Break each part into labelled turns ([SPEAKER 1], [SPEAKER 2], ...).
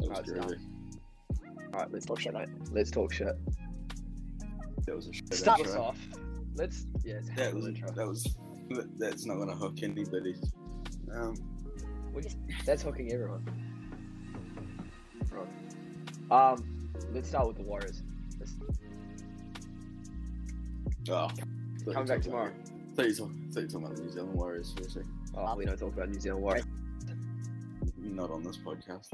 [SPEAKER 1] That was crazy. All right, let's talk shit, mate. Let's talk shit.
[SPEAKER 2] That was a shit
[SPEAKER 1] Start us
[SPEAKER 2] intro.
[SPEAKER 1] off. Let's yeah, it's a
[SPEAKER 2] That
[SPEAKER 1] hell of
[SPEAKER 2] was
[SPEAKER 1] an intro.
[SPEAKER 2] that was that- that's not gonna hook anybody. Um,
[SPEAKER 1] We just, that's hooking everyone. Um, let's start with the Warriors.
[SPEAKER 2] oh,
[SPEAKER 1] Coming back tomorrow.
[SPEAKER 2] Thought you were talking thought you were talking about the New Zealand Warriors for a second.
[SPEAKER 1] Oh, we don't talk about New Zealand Warriors.
[SPEAKER 2] Not on this podcast.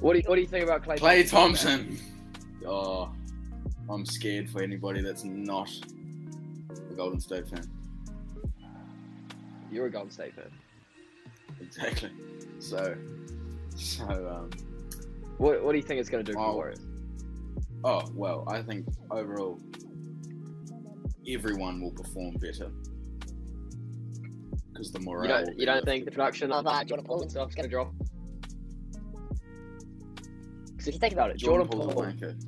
[SPEAKER 1] What do you, what do you think about Clay?
[SPEAKER 2] Clay Thompson. Oh, I'm scared for anybody that's not a Golden State fan.
[SPEAKER 1] You're a Golden State fan.
[SPEAKER 2] Exactly. So, so um,
[SPEAKER 1] What, what do you think it's going to do for the
[SPEAKER 2] Oh.
[SPEAKER 1] Warriors?
[SPEAKER 2] oh well. I think overall, everyone will perform better because the morale.
[SPEAKER 1] You
[SPEAKER 2] will
[SPEAKER 1] don't,
[SPEAKER 2] be
[SPEAKER 1] you don't
[SPEAKER 2] lifted.
[SPEAKER 1] think the production of uh, Jordan Paul and stuff is going to drop? Because if you think about it, Jordan, Paul.
[SPEAKER 2] Paul's a wanker.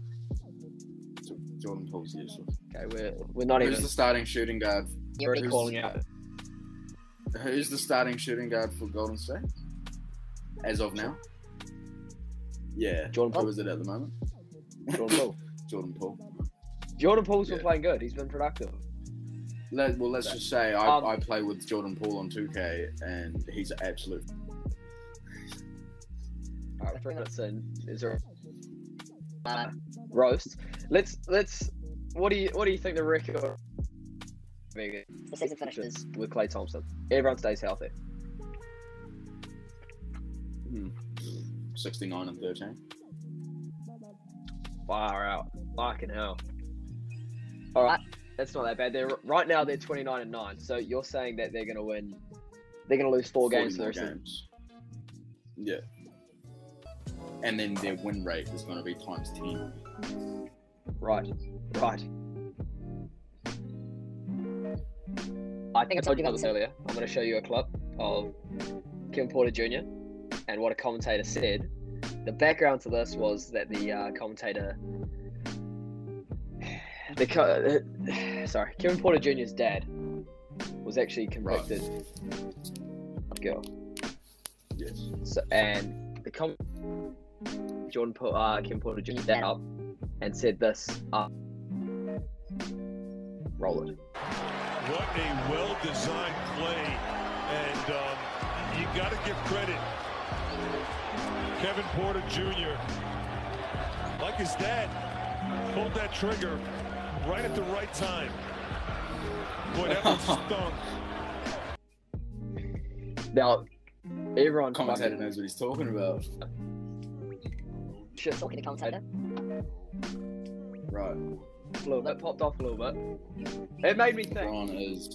[SPEAKER 2] J- Jordan Paul's useless.
[SPEAKER 1] Okay, we're we're not
[SPEAKER 2] Who's
[SPEAKER 1] even.
[SPEAKER 2] the starting shooting guard?
[SPEAKER 1] You're already
[SPEAKER 2] who's-
[SPEAKER 1] calling out.
[SPEAKER 2] Who's the starting shooting guard for Golden State? As of now. Yeah.
[SPEAKER 1] Jordan Paul.
[SPEAKER 2] Who is it at the moment?
[SPEAKER 1] Jordan Paul.
[SPEAKER 2] Jordan Paul.
[SPEAKER 1] Jordan Paul's been
[SPEAKER 2] Yeah.
[SPEAKER 1] playing good. He's been productive.
[SPEAKER 2] Let, well, let's just say I,
[SPEAKER 1] Um,
[SPEAKER 2] I play with Jordan Paul on 2K, and he's an absolute.
[SPEAKER 1] All right, three minutes in. Is there uh,
[SPEAKER 3] um,
[SPEAKER 1] roast? Let's let's. What do you what do you think the record? The season finishes with Clay Thompson. Everyone stays healthy.
[SPEAKER 2] 69 hmm, and 13.
[SPEAKER 1] Far out. Fucking hell. All right, that's not that bad. They're right now they're twenty nine and nine. So you're saying that they're gonna win? They're gonna lose four
[SPEAKER 2] 40
[SPEAKER 1] games for the
[SPEAKER 2] more
[SPEAKER 1] rest of the
[SPEAKER 2] games. Yeah. And then their win rate is going to be times 10.
[SPEAKER 1] Right, right. I think I told you about this earlier. I'm going to show you a clip of Kim Porter Jr. and what a commentator said. The background to this was that the uh, commentator, the co- sorry, Kim Porter Jr.'s dad was actually convicted of girl.
[SPEAKER 2] Yes.
[SPEAKER 1] So, and the com- Jordan put uh, Kim Porter Jr. that up and said this uh, roll it.
[SPEAKER 4] What a well-designed play, and um, you got to give credit, Kevin Porter Jr. Like his dad, pulled that trigger right at the right time. Boy, that one stung.
[SPEAKER 1] Now everyone
[SPEAKER 2] Commentator
[SPEAKER 1] fucking
[SPEAKER 2] knows what he's talking about.
[SPEAKER 1] shit
[SPEAKER 3] talking to commentator.
[SPEAKER 2] Right.
[SPEAKER 1] a little bit, popped off a little bit. It made me think
[SPEAKER 2] Braun is.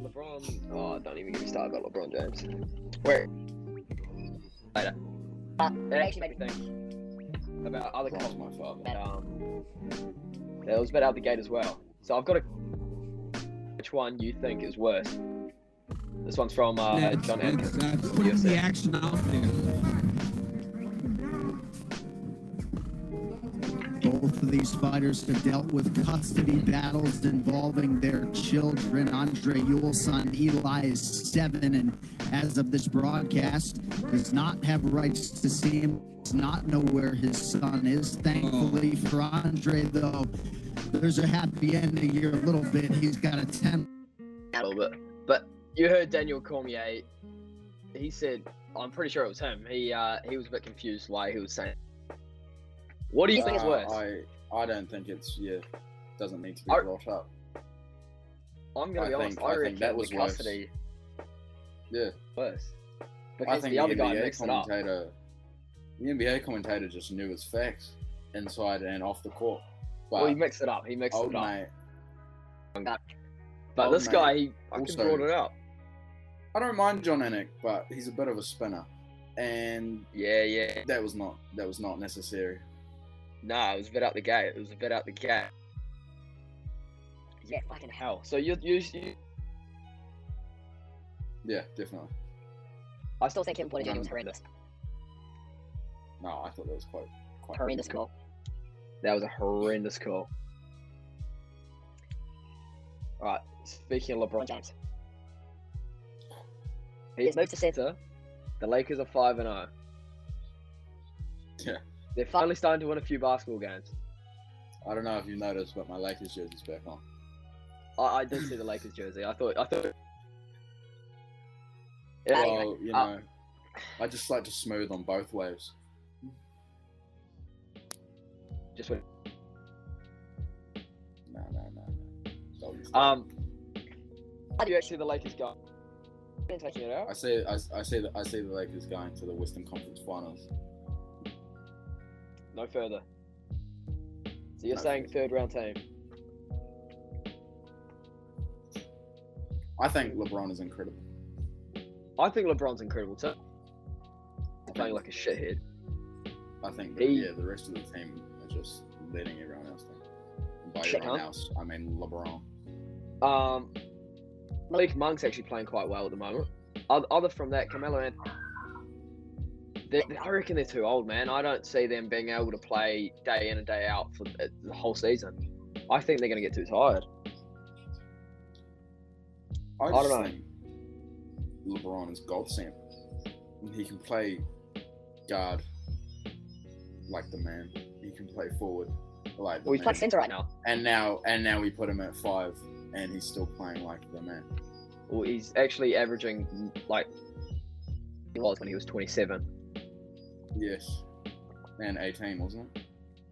[SPEAKER 1] LeBron Oh don't even get me started about LeBron James. Where later. It actually made me think about other
[SPEAKER 2] Braun's
[SPEAKER 1] comments.
[SPEAKER 2] my father.
[SPEAKER 1] Um, that was a bit out the gate as well. So I've got a. Which one you think is worse? This one's from uh,
[SPEAKER 5] That's-
[SPEAKER 1] John
[SPEAKER 5] that's-
[SPEAKER 1] Atkins.
[SPEAKER 5] that's putting
[SPEAKER 1] Yes,
[SPEAKER 5] the
[SPEAKER 1] sir.
[SPEAKER 5] action out there. Both of these fighters have dealt with custody battles involving their children. Andre Yule's son Eli is seven, and as of this broadcast, does not have rights to see him. Does not know where his son is. Thankfully for Andre, though, there's a happy ending here. A little bit, he's got a ten
[SPEAKER 1] A little bit. But you heard Daniel Cormier. He said, I'm pretty sure it was him. He uh, he was a bit confused why he was saying. What do you think is
[SPEAKER 2] Uh,
[SPEAKER 1] worse? I,
[SPEAKER 2] I, I don't think it's yeah. Doesn't need to be
[SPEAKER 1] I-
[SPEAKER 2] brought up.
[SPEAKER 1] am gonna
[SPEAKER 2] I
[SPEAKER 1] be honest.
[SPEAKER 2] think-
[SPEAKER 1] I,
[SPEAKER 2] I think
[SPEAKER 1] reckon
[SPEAKER 2] that was
[SPEAKER 1] the
[SPEAKER 2] worse.
[SPEAKER 1] custody
[SPEAKER 2] Yeah,
[SPEAKER 1] worse.
[SPEAKER 2] I
[SPEAKER 1] Because
[SPEAKER 2] think
[SPEAKER 1] the other guy
[SPEAKER 2] NBA
[SPEAKER 1] mixed it up.
[SPEAKER 2] commentator, the NBA commentator just knew his facts inside and off the court. But
[SPEAKER 1] Well, he mixed it up. He mixed
[SPEAKER 2] old
[SPEAKER 1] it up.
[SPEAKER 2] Oh, mate,
[SPEAKER 1] but
[SPEAKER 2] old
[SPEAKER 1] this
[SPEAKER 2] mate
[SPEAKER 1] guy, he fucking
[SPEAKER 2] also-
[SPEAKER 1] brought it up.
[SPEAKER 2] I don't mind John Anik, but he's a bit of a spinner, and
[SPEAKER 1] Yeah, yeah.
[SPEAKER 2] that was not that was not necessary.
[SPEAKER 1] Nah, it was a bit out the gate. It was a bit out the gate. yeah, fucking hell. So you, you, you
[SPEAKER 2] Yeah, definitely.
[SPEAKER 3] I still think Kevin Porter Jr. was horrendous.
[SPEAKER 2] No, I thought that was quite quite
[SPEAKER 3] Horrendous call.
[SPEAKER 1] that was a horrendous call. All right. Speaking of LeBron
[SPEAKER 3] LeBron
[SPEAKER 1] James,
[SPEAKER 3] James.
[SPEAKER 1] he's
[SPEAKER 3] His move
[SPEAKER 1] next
[SPEAKER 3] to
[SPEAKER 1] to
[SPEAKER 3] Seth.
[SPEAKER 1] The Lakers are five and zero.
[SPEAKER 2] Yeah.
[SPEAKER 1] They're finally starting to win a few basketball games.
[SPEAKER 2] I don't know if you noticed, but my Lakers jersey's back on.
[SPEAKER 1] I, I did see the Lakers jersey. I thought I thought. Yeah,
[SPEAKER 3] Anyway,
[SPEAKER 2] Well, you know,
[SPEAKER 1] uh,
[SPEAKER 2] I just like to smooth on both waves.
[SPEAKER 1] just went.
[SPEAKER 2] No, no, no, no. So you-
[SPEAKER 1] Um, how do you actually the Lakers go? Taking it out.
[SPEAKER 2] I say, I, I say that I say the Lakers going to the Western Conference Finals.
[SPEAKER 1] No further. So you're
[SPEAKER 2] No
[SPEAKER 1] saying third round team?
[SPEAKER 2] I think LeBron is incredible.
[SPEAKER 1] I think LeBron's incredible too. He's playing like a shithead.
[SPEAKER 2] I think, that,
[SPEAKER 1] He-
[SPEAKER 2] yeah, the rest of the team are just letting everyone else down. And By
[SPEAKER 1] Shit,
[SPEAKER 2] everyone
[SPEAKER 1] huh?
[SPEAKER 2] else, I mean LeBron.
[SPEAKER 1] Um, Malik Monk's actually playing quite well at the moment. Oth- Other from that, Carmelo and they I reckon they're too old, man. I don't see them being able to play day in and day out for the the whole season. I think they're going to get too tired.
[SPEAKER 2] I,
[SPEAKER 1] don't
[SPEAKER 2] just
[SPEAKER 1] know.
[SPEAKER 2] think LeBron is gold standard. He can play guard like the man. He can play forward like the
[SPEAKER 1] Well, he's
[SPEAKER 2] man.
[SPEAKER 3] Like center right now.
[SPEAKER 1] now.
[SPEAKER 2] and now and now we put him at five, and he's still playing like the man.
[SPEAKER 1] Well, he's actually averaging like he was when he was 27
[SPEAKER 2] Yes, and eighteen wasn't it?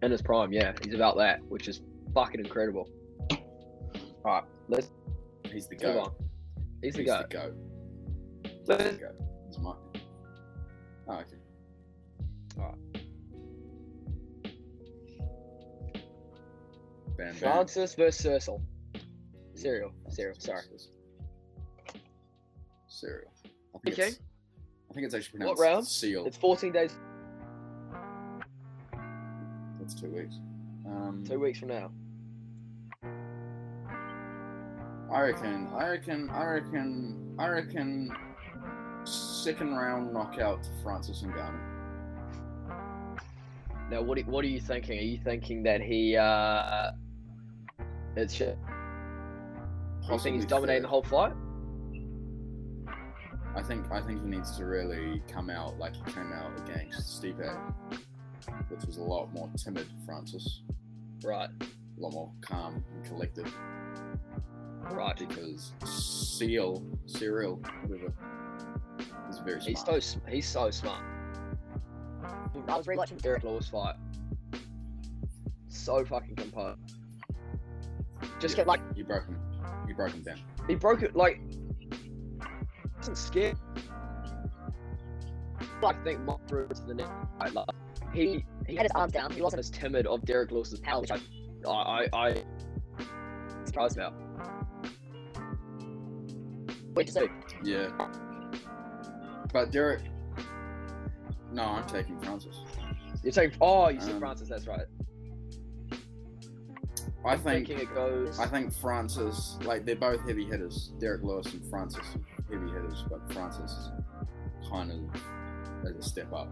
[SPEAKER 1] in his prime. Yeah, he's about that, which is fucking incredible. All right, let's
[SPEAKER 2] He's the
[SPEAKER 1] move
[SPEAKER 2] goat.
[SPEAKER 1] on. He's the
[SPEAKER 2] He's
[SPEAKER 1] guy.
[SPEAKER 2] the goat. He's
[SPEAKER 1] Let's
[SPEAKER 2] the goat. He's my. Oh, okay.
[SPEAKER 1] Alright.
[SPEAKER 2] Bam, bam.
[SPEAKER 1] Francis versus Cecil. Serial. Serial. Sorry.
[SPEAKER 2] Cereal. I think
[SPEAKER 1] Okay.
[SPEAKER 2] it's- I think it's actually
[SPEAKER 1] What
[SPEAKER 2] pronounced
[SPEAKER 1] round?
[SPEAKER 2] seal.
[SPEAKER 1] It's 14 days,
[SPEAKER 2] That's two weeks. Um,
[SPEAKER 1] two weeks from now.
[SPEAKER 2] I reckon. I reckon. I reckon. I reckon. Second round knockout to Francis Ngannou.
[SPEAKER 1] Now, what are, what are you thinking? Are you thinking that he uh, it's shit? You think
[SPEAKER 2] Possibly
[SPEAKER 1] he's dominating
[SPEAKER 2] third.
[SPEAKER 1] the whole fight?
[SPEAKER 2] I think I think he needs to really come out like he came out against Stipe, which was a lot more timid Francis,
[SPEAKER 1] Right,
[SPEAKER 2] a lot more calm and collected.
[SPEAKER 1] right.
[SPEAKER 2] Because Seal, Cyril, whatever, is very smart.
[SPEAKER 1] He's so sm- he's so smart.
[SPEAKER 3] I was rewatching-
[SPEAKER 1] Derek Lewis fight. So fucking composed. Just
[SPEAKER 2] Yeah,
[SPEAKER 1] get like
[SPEAKER 2] he broke him. He broke him down.
[SPEAKER 1] he broke it like. Wasn't scared. I think Mark threw it to the net. I love. He
[SPEAKER 3] He had his arms down. He
[SPEAKER 1] wasn't
[SPEAKER 3] wasn't
[SPEAKER 1] as timid of Derek Lewis's power, which I, I, I, I surprised about.
[SPEAKER 3] Wait, just like,
[SPEAKER 2] Yeah. But Derek. No, I'm taking Francis.
[SPEAKER 1] You're taking. Oh, you said
[SPEAKER 2] Um,
[SPEAKER 1] Francis. That's right.
[SPEAKER 2] I think.
[SPEAKER 1] thinking it goes.
[SPEAKER 2] I think Francis. Like they're both heavy hitters. Derek Lewis and Francis are heavy hitters, but Francis is kind of as a step up.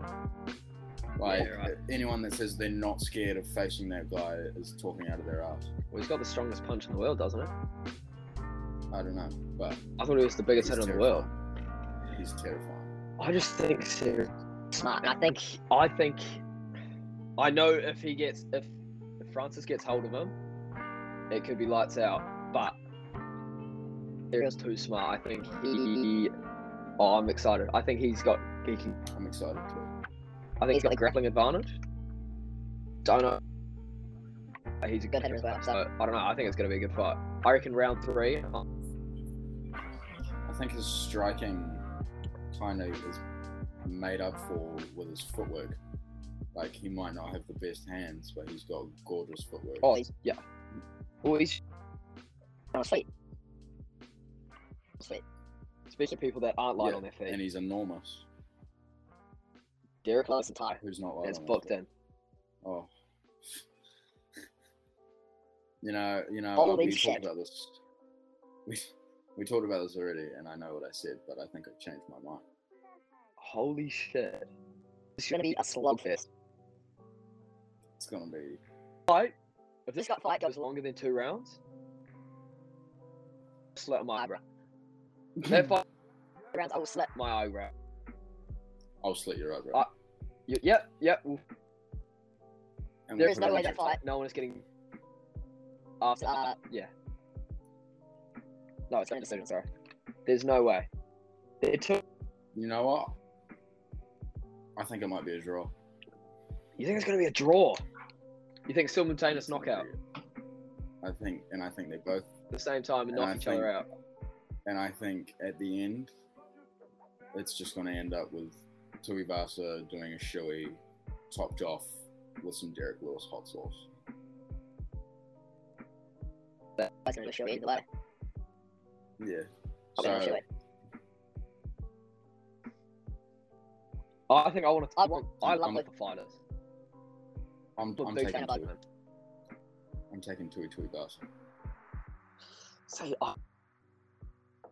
[SPEAKER 2] Like
[SPEAKER 1] Yeah, right.
[SPEAKER 2] anyone that says they're not scared of facing that guy is talking out of their ass.
[SPEAKER 1] well, he's got the strongest punch in the world, doesn't it?
[SPEAKER 2] I don't know, but
[SPEAKER 1] I thought he was the biggest
[SPEAKER 2] he's
[SPEAKER 1] hitter in the world.
[SPEAKER 2] terrifying. He's terrifying.
[SPEAKER 1] I just think. Ser-
[SPEAKER 3] smart. And I think
[SPEAKER 1] I think. I know if he gets if, if Francis gets hold of him, it could be lights out. But Derek's too smart. I think he. Oh, I'm excited. I think he's got. He can
[SPEAKER 2] I'm excited. Too.
[SPEAKER 1] I think
[SPEAKER 3] He's
[SPEAKER 1] he's got
[SPEAKER 3] got
[SPEAKER 1] the grappling advantage. Don't know. Uh, He's a
[SPEAKER 3] Good hitter as well, so-
[SPEAKER 1] uh, I don't know. I think it's going to be a good fight. I reckon round three. uh,
[SPEAKER 2] I think his striking kind of is made up for with his footwork. Like he might not have the best hands, but he's got gorgeous footwork.
[SPEAKER 1] Oh yeah. Well, he's
[SPEAKER 3] that was sweet. Sweet.
[SPEAKER 1] speaking of people that aren't light
[SPEAKER 2] Yeah,
[SPEAKER 1] on their
[SPEAKER 2] and
[SPEAKER 1] feet.
[SPEAKER 2] he's enormous.
[SPEAKER 1] Derek Lewis
[SPEAKER 3] Close and tight.
[SPEAKER 2] Oh. Who's not like
[SPEAKER 1] is booked in.
[SPEAKER 2] Oh. You know, you know,
[SPEAKER 3] Holy
[SPEAKER 2] we
[SPEAKER 3] shit.
[SPEAKER 2] talked about this. We, we talked about this already, and I know what I said, but I think I've changed my mind.
[SPEAKER 1] Holy shit. It's
[SPEAKER 3] It's gonna be a slugfest.
[SPEAKER 2] It's gonna be.
[SPEAKER 1] Fight? If
[SPEAKER 3] This
[SPEAKER 1] this
[SPEAKER 3] got fight
[SPEAKER 1] fight
[SPEAKER 3] goes-
[SPEAKER 1] goes longer than two rounds, slit
[SPEAKER 3] Ah,
[SPEAKER 1] my eyebrow. That
[SPEAKER 2] I'll
[SPEAKER 1] fight
[SPEAKER 3] Rounds I will slip.
[SPEAKER 1] my eyebrow.
[SPEAKER 2] slit your eyebrow.
[SPEAKER 1] Uh, Y- Yep, yep. we'll-
[SPEAKER 2] And
[SPEAKER 1] there
[SPEAKER 2] we'll
[SPEAKER 1] is
[SPEAKER 2] put
[SPEAKER 1] no
[SPEAKER 2] it on
[SPEAKER 1] way
[SPEAKER 3] that
[SPEAKER 2] Twitter.
[SPEAKER 3] fight-
[SPEAKER 1] No one is getting. After
[SPEAKER 3] Uh,
[SPEAKER 1] yeah. No, it's not a decision. Sorry. There's no way. It took.
[SPEAKER 2] You know what? I think it might be a draw.
[SPEAKER 1] You think it's gonna be a draw? You think simultaneous knockout
[SPEAKER 2] I think, and I think they both,
[SPEAKER 1] at the same time and
[SPEAKER 2] And I
[SPEAKER 1] knock each other out?
[SPEAKER 2] and I think at the end, it's just going to end up with Tui Vasa doing a showy, topped off with some Derek Lewis hot sauce.
[SPEAKER 3] I was gonna show it either way.
[SPEAKER 2] Yeah.
[SPEAKER 3] I'm gonna show
[SPEAKER 2] So
[SPEAKER 3] it.
[SPEAKER 1] I think I want to.
[SPEAKER 3] I
[SPEAKER 1] I
[SPEAKER 3] want-
[SPEAKER 1] want. I
[SPEAKER 3] I'm-
[SPEAKER 1] love the fighters.
[SPEAKER 2] I'm,
[SPEAKER 1] Look,
[SPEAKER 2] I'm
[SPEAKER 1] big
[SPEAKER 2] taking
[SPEAKER 1] fan of
[SPEAKER 2] Tui.
[SPEAKER 1] them.
[SPEAKER 2] I'm taking Tui Tui Vasa.
[SPEAKER 1] See, I,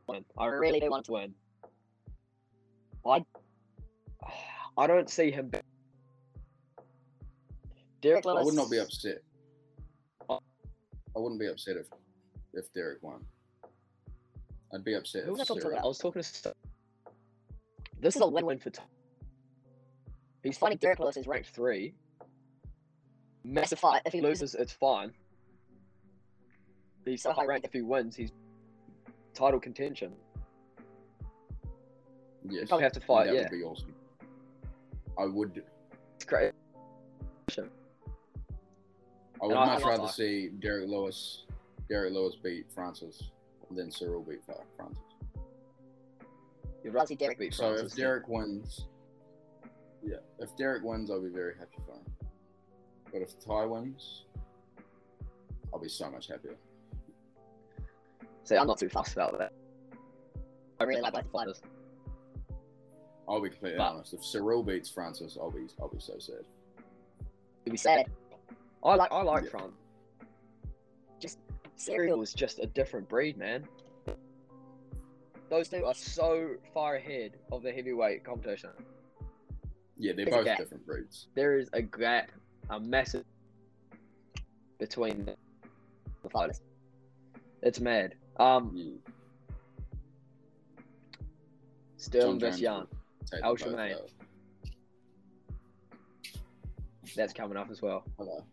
[SPEAKER 1] win. I
[SPEAKER 3] really
[SPEAKER 1] really
[SPEAKER 3] do
[SPEAKER 1] do
[SPEAKER 3] want
[SPEAKER 1] want to win. I, I don't see him. Be- Derek
[SPEAKER 3] Derek Lewis.
[SPEAKER 2] I would not be upset.
[SPEAKER 1] Oh.
[SPEAKER 2] I wouldn't be upset if if Derek won. I'd be upset if
[SPEAKER 1] Who was I
[SPEAKER 3] Let's talk
[SPEAKER 1] talking to?
[SPEAKER 2] Sarah.
[SPEAKER 1] I
[SPEAKER 3] about-
[SPEAKER 1] was talking to. St- This is a win-win for. Tom. He's
[SPEAKER 3] It's funny
[SPEAKER 1] funny.
[SPEAKER 3] Derek Lewis is ranked
[SPEAKER 1] Ranked three.
[SPEAKER 3] massive fight. If he loses,
[SPEAKER 1] loses, it's fine. He's
[SPEAKER 3] So
[SPEAKER 1] so
[SPEAKER 3] high
[SPEAKER 1] high ranked. If he wins, he's title contention.
[SPEAKER 2] Yes.
[SPEAKER 1] Probably have to fight.
[SPEAKER 2] that
[SPEAKER 1] Yeah,
[SPEAKER 2] would be awesome. I would.
[SPEAKER 1] it's great.
[SPEAKER 2] I would
[SPEAKER 1] I-
[SPEAKER 2] much
[SPEAKER 1] I-
[SPEAKER 2] rather
[SPEAKER 1] I-
[SPEAKER 2] see Derek Lewis, Derek Lewis beat Francis than Cyril beat Fra- Francis.
[SPEAKER 1] You'd
[SPEAKER 3] I'll see Derek.
[SPEAKER 1] beat
[SPEAKER 2] so
[SPEAKER 1] Francis
[SPEAKER 2] if
[SPEAKER 1] than-
[SPEAKER 2] Derek wins, yeah, if Derek wins, I'll be very happy for him. But if Ty wins, I'll be so much happier.
[SPEAKER 1] See, I'm not too fussed about that. I
[SPEAKER 3] really like both fighters.
[SPEAKER 2] I'll be completely
[SPEAKER 1] But-
[SPEAKER 2] honest. If Cyril beats Francis, I'll be I'll be so sad.
[SPEAKER 3] he'll be sad.
[SPEAKER 1] I like. I like
[SPEAKER 2] Yeah.
[SPEAKER 1] Francis. Serial
[SPEAKER 3] Serial.
[SPEAKER 1] is just a different breed, man. Those two are so far ahead of the heavyweight competition.
[SPEAKER 2] Yeah, they're
[SPEAKER 1] There's a
[SPEAKER 2] both
[SPEAKER 1] gap.
[SPEAKER 2] different breeds.
[SPEAKER 1] There is a gap, a massive between the fighters. It's mad. Um,
[SPEAKER 2] Yeah, John
[SPEAKER 1] Sterling
[SPEAKER 2] Jones
[SPEAKER 1] versus
[SPEAKER 2] will
[SPEAKER 1] Young.
[SPEAKER 2] take them
[SPEAKER 1] Al
[SPEAKER 2] both uh,
[SPEAKER 1] Shemaine.
[SPEAKER 2] out.
[SPEAKER 1] That's coming up as well.
[SPEAKER 2] Hello.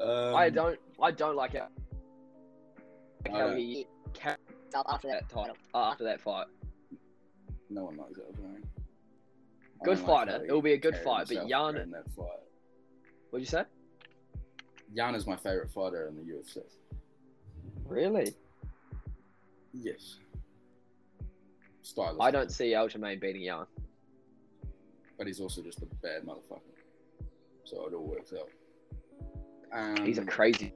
[SPEAKER 1] I
[SPEAKER 2] Um,
[SPEAKER 1] don't. I don't like it. Like
[SPEAKER 2] I
[SPEAKER 1] how
[SPEAKER 2] don't-
[SPEAKER 1] he carried
[SPEAKER 3] Up after
[SPEAKER 1] that
[SPEAKER 3] that
[SPEAKER 1] title
[SPEAKER 3] title.
[SPEAKER 1] after that fight.
[SPEAKER 2] No one likes that doing.
[SPEAKER 1] Good fighter. It'll be a good fight, but Jan-
[SPEAKER 2] in that fight.
[SPEAKER 1] What'd you say?
[SPEAKER 2] Jan is my favorite fighter in the UFC.
[SPEAKER 1] Really?
[SPEAKER 2] Yes. Stylistic.
[SPEAKER 1] I don't see Aljamain beating Young.
[SPEAKER 2] But he's also just a bad motherfucker. So it all works out. Um,
[SPEAKER 1] He's a crazy.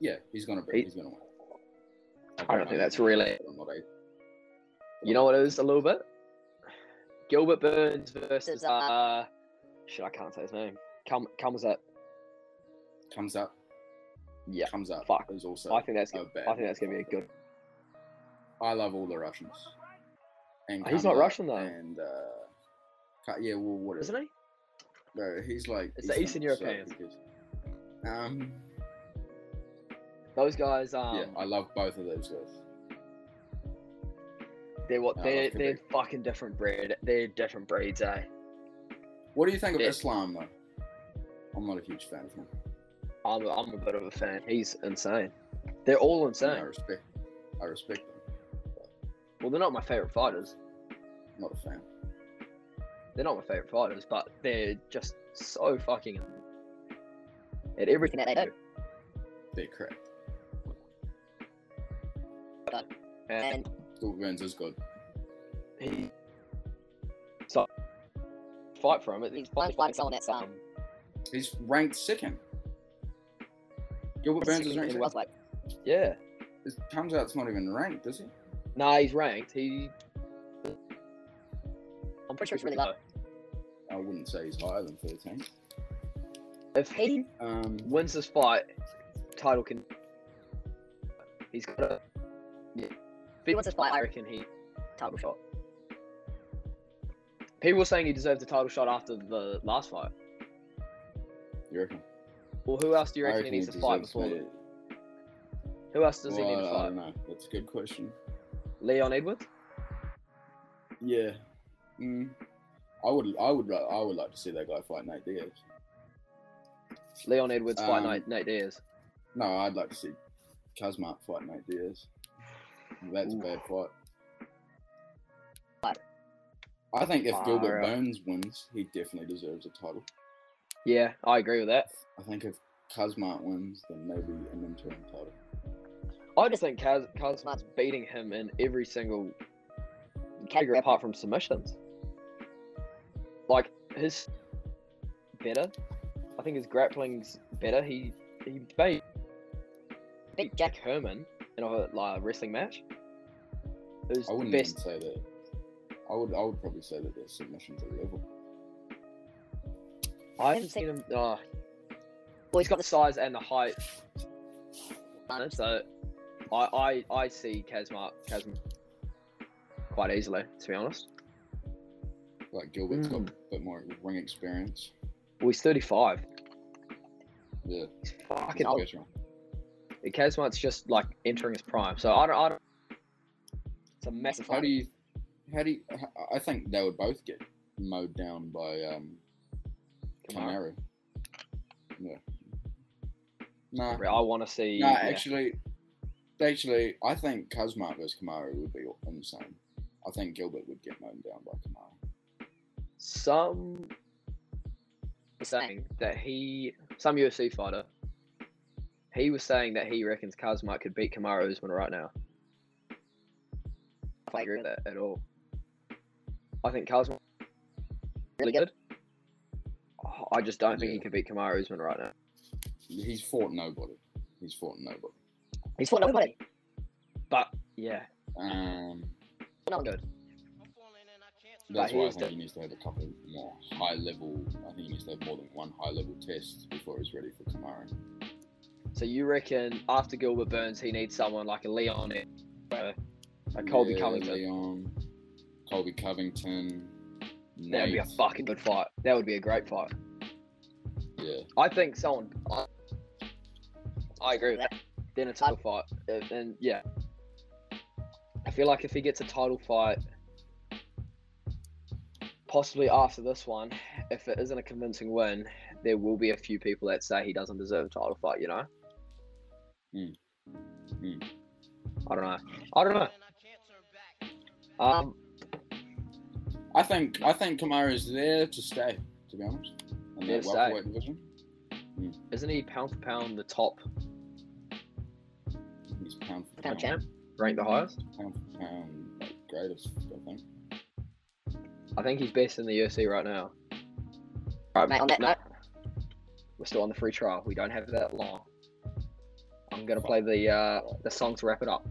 [SPEAKER 2] yeah. He's gonna be.
[SPEAKER 1] he-
[SPEAKER 2] he's gonna win.
[SPEAKER 1] I don't think that's really.
[SPEAKER 2] I'm not a-
[SPEAKER 1] You know what it is a little bit? Gilbert Burns versus
[SPEAKER 3] uh,
[SPEAKER 1] uh shit, I can't say his name. Come comes up.
[SPEAKER 2] comes up.
[SPEAKER 1] Yeah.
[SPEAKER 2] Comes up.
[SPEAKER 1] Fuck.
[SPEAKER 2] Is also.
[SPEAKER 1] I think that's
[SPEAKER 2] a
[SPEAKER 1] gonna
[SPEAKER 2] bad
[SPEAKER 1] I think that's gonna be a good
[SPEAKER 2] I love all the Russians. And
[SPEAKER 1] He's not
[SPEAKER 2] Kamzat
[SPEAKER 1] Russian, though.
[SPEAKER 2] And uh, Ka- yeah, well, whatever.
[SPEAKER 1] isn't he?
[SPEAKER 2] No, he's like
[SPEAKER 1] It's the Eastern
[SPEAKER 2] so
[SPEAKER 1] Europeans.
[SPEAKER 2] he goes- um,
[SPEAKER 1] Those guys um
[SPEAKER 2] yeah, I love both of those guys.
[SPEAKER 1] they're what
[SPEAKER 2] I
[SPEAKER 1] they're
[SPEAKER 2] like the
[SPEAKER 1] they're fucking different breed. They're different breeds, eh?
[SPEAKER 2] What do you think of
[SPEAKER 1] Yeah.
[SPEAKER 2] Islam though? I'm not a huge fan of him.
[SPEAKER 1] I'm a, I'm a bit of a fan. He's insane. They're
[SPEAKER 2] I,
[SPEAKER 1] all
[SPEAKER 2] mean, I
[SPEAKER 1] insane.
[SPEAKER 2] respect, I respect them.
[SPEAKER 1] Well, they're not my favorite fighters.
[SPEAKER 2] I'm not a fan.
[SPEAKER 1] They're not my favorite fighters, but they're just so fucking at everything
[SPEAKER 3] Looking at
[SPEAKER 1] they
[SPEAKER 3] it.
[SPEAKER 1] do.
[SPEAKER 2] they're correct.
[SPEAKER 1] and
[SPEAKER 3] And
[SPEAKER 2] Still Burns is good.
[SPEAKER 1] he so fight for him. It-
[SPEAKER 3] He's fine, fine, selling that song.
[SPEAKER 1] Um,
[SPEAKER 2] He's ranked second. Gilbert Burns is ranked.
[SPEAKER 3] he was
[SPEAKER 2] second.
[SPEAKER 3] like,
[SPEAKER 1] Yeah.
[SPEAKER 2] It turns out it's not even ranked, is he?
[SPEAKER 1] Nah, he's ranked. He. I'm
[SPEAKER 3] Pretty sure he's really low.
[SPEAKER 2] I wouldn't say he's higher than 13.
[SPEAKER 1] If he
[SPEAKER 3] Hayden,
[SPEAKER 2] Um,
[SPEAKER 1] wins this fight, title can. He's got a. Yeah. If
[SPEAKER 3] He wins this fight, I-
[SPEAKER 1] I reckon he
[SPEAKER 3] title shot.
[SPEAKER 1] People were saying he deserved the title shot after the last fight.
[SPEAKER 2] you reckon?
[SPEAKER 1] Well, who else do you
[SPEAKER 2] I
[SPEAKER 1] reckon,
[SPEAKER 2] reckon
[SPEAKER 1] he needs to fight
[SPEAKER 2] deserves
[SPEAKER 1] before?
[SPEAKER 2] better.
[SPEAKER 1] Who else does he need to
[SPEAKER 2] Well, um, I
[SPEAKER 1] fight?
[SPEAKER 2] don't know. That's a good question.
[SPEAKER 1] Leon Edwards.
[SPEAKER 2] Yeah. Mm. I would, I would, li- I would like to see that guy fight Nate Diaz.
[SPEAKER 1] Leon Edwards fight
[SPEAKER 2] Um,
[SPEAKER 1] Nate, Nate Diaz.
[SPEAKER 2] No, I'd like to see Kazmat fight Nate Diaz. That's
[SPEAKER 1] Ooh.
[SPEAKER 2] a bad fight.
[SPEAKER 3] But-
[SPEAKER 2] I think if
[SPEAKER 1] Far
[SPEAKER 2] Gilbert
[SPEAKER 1] out.
[SPEAKER 2] Burns wins, he definitely deserves a title.
[SPEAKER 1] Yeah, I agree with that.
[SPEAKER 2] I think if Kazmat wins, then maybe an interim title.
[SPEAKER 1] I just think Kaz Kazmat's beating him in every single category apart from submissions. Like his better. I think his grappling's better. He he beat
[SPEAKER 3] Big
[SPEAKER 1] Jack
[SPEAKER 3] Jack.
[SPEAKER 1] Herman in a like, wrestling match. It was
[SPEAKER 2] I
[SPEAKER 1] the
[SPEAKER 2] wouldn't
[SPEAKER 1] best.
[SPEAKER 2] even say that. I would, I would probably say that their submissions are level.
[SPEAKER 1] I haven't seen him. Oh,
[SPEAKER 3] Well,
[SPEAKER 1] he's got the size and the height. So I I, I see Kazmat Kazmat quite easily, to be honest.
[SPEAKER 2] Like Gilbert's
[SPEAKER 1] Mm.
[SPEAKER 2] got a bit more ring experience.
[SPEAKER 1] Well, he's 35.
[SPEAKER 2] Yeah,
[SPEAKER 1] He's
[SPEAKER 2] he's
[SPEAKER 1] fucking old.
[SPEAKER 2] veteran.
[SPEAKER 1] Kazmat's just like entering his prime. So I don't. I don't it's a massive.
[SPEAKER 2] How
[SPEAKER 1] fight.
[SPEAKER 2] do you? How do you? I- I think they would both get mowed down by um,
[SPEAKER 1] Kamara.
[SPEAKER 2] Camaro. Yeah. Nah,
[SPEAKER 1] I want to see.
[SPEAKER 2] nah.
[SPEAKER 1] yeah.
[SPEAKER 2] Actually, actually, I think Kazmat versus Camaro would be insane. I think Gilbert would get mowed down by Camaro.
[SPEAKER 1] some were saying that he, some UFC fighter, he was saying that he reckons Kazmat could beat Kamaru Usman right now. I don't agree with that at all. I think Kazmat really good. Oh, I just don't think he
[SPEAKER 2] Yeah.
[SPEAKER 1] can beat Kamaru Usman right now.
[SPEAKER 2] He's fought nobody. He's fought nobody.
[SPEAKER 3] He's fought nobody.
[SPEAKER 1] But yeah,
[SPEAKER 2] Um,
[SPEAKER 3] No,
[SPEAKER 1] good.
[SPEAKER 2] that's
[SPEAKER 1] But
[SPEAKER 2] why I
[SPEAKER 1] he's
[SPEAKER 2] think
[SPEAKER 1] the-
[SPEAKER 2] he needs to have a couple more high level. I think he needs to have more than one high level test before he's ready for Camaro.
[SPEAKER 1] So you reckon after Gilbert Burns, he needs someone like a Leon, uh, a Colby
[SPEAKER 2] Yeah,
[SPEAKER 1] Covington.
[SPEAKER 2] Leon, Colby Covington.
[SPEAKER 1] That would be a
[SPEAKER 2] Nate.
[SPEAKER 1] fucking good fight. That would be a great fight.
[SPEAKER 2] Yeah.
[SPEAKER 1] I think someone. I, I agree with that. Then a title fight, and, and yeah, I feel like if he gets a title fight, possibly after this one, if it isn't a convincing win, there will be a few people that say he doesn't deserve a title fight. You know.
[SPEAKER 2] Mm. Mm.
[SPEAKER 1] I don't know. I don't know. Um,
[SPEAKER 2] I think I think Kamara is there to stay. To be honest, in
[SPEAKER 1] There
[SPEAKER 2] that
[SPEAKER 1] to stay.
[SPEAKER 2] welterweight division,
[SPEAKER 1] isn't he pound for pound the top
[SPEAKER 2] he's pound for
[SPEAKER 3] Pound
[SPEAKER 2] pound,
[SPEAKER 3] champ.
[SPEAKER 2] pound,
[SPEAKER 1] ranked the highest?
[SPEAKER 2] for pound like, greatest. I think.
[SPEAKER 1] I think he's best in the UFC right now. Right,
[SPEAKER 3] Mate, on that note-
[SPEAKER 1] we're still on the free trial. We don't have that long. I'm gonna play the uh, the song to wrap it up.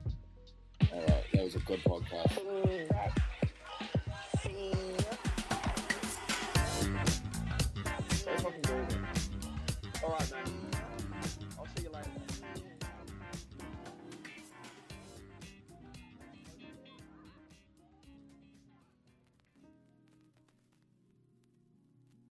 [SPEAKER 2] All right, that was a good podcast.
[SPEAKER 3] Let's see.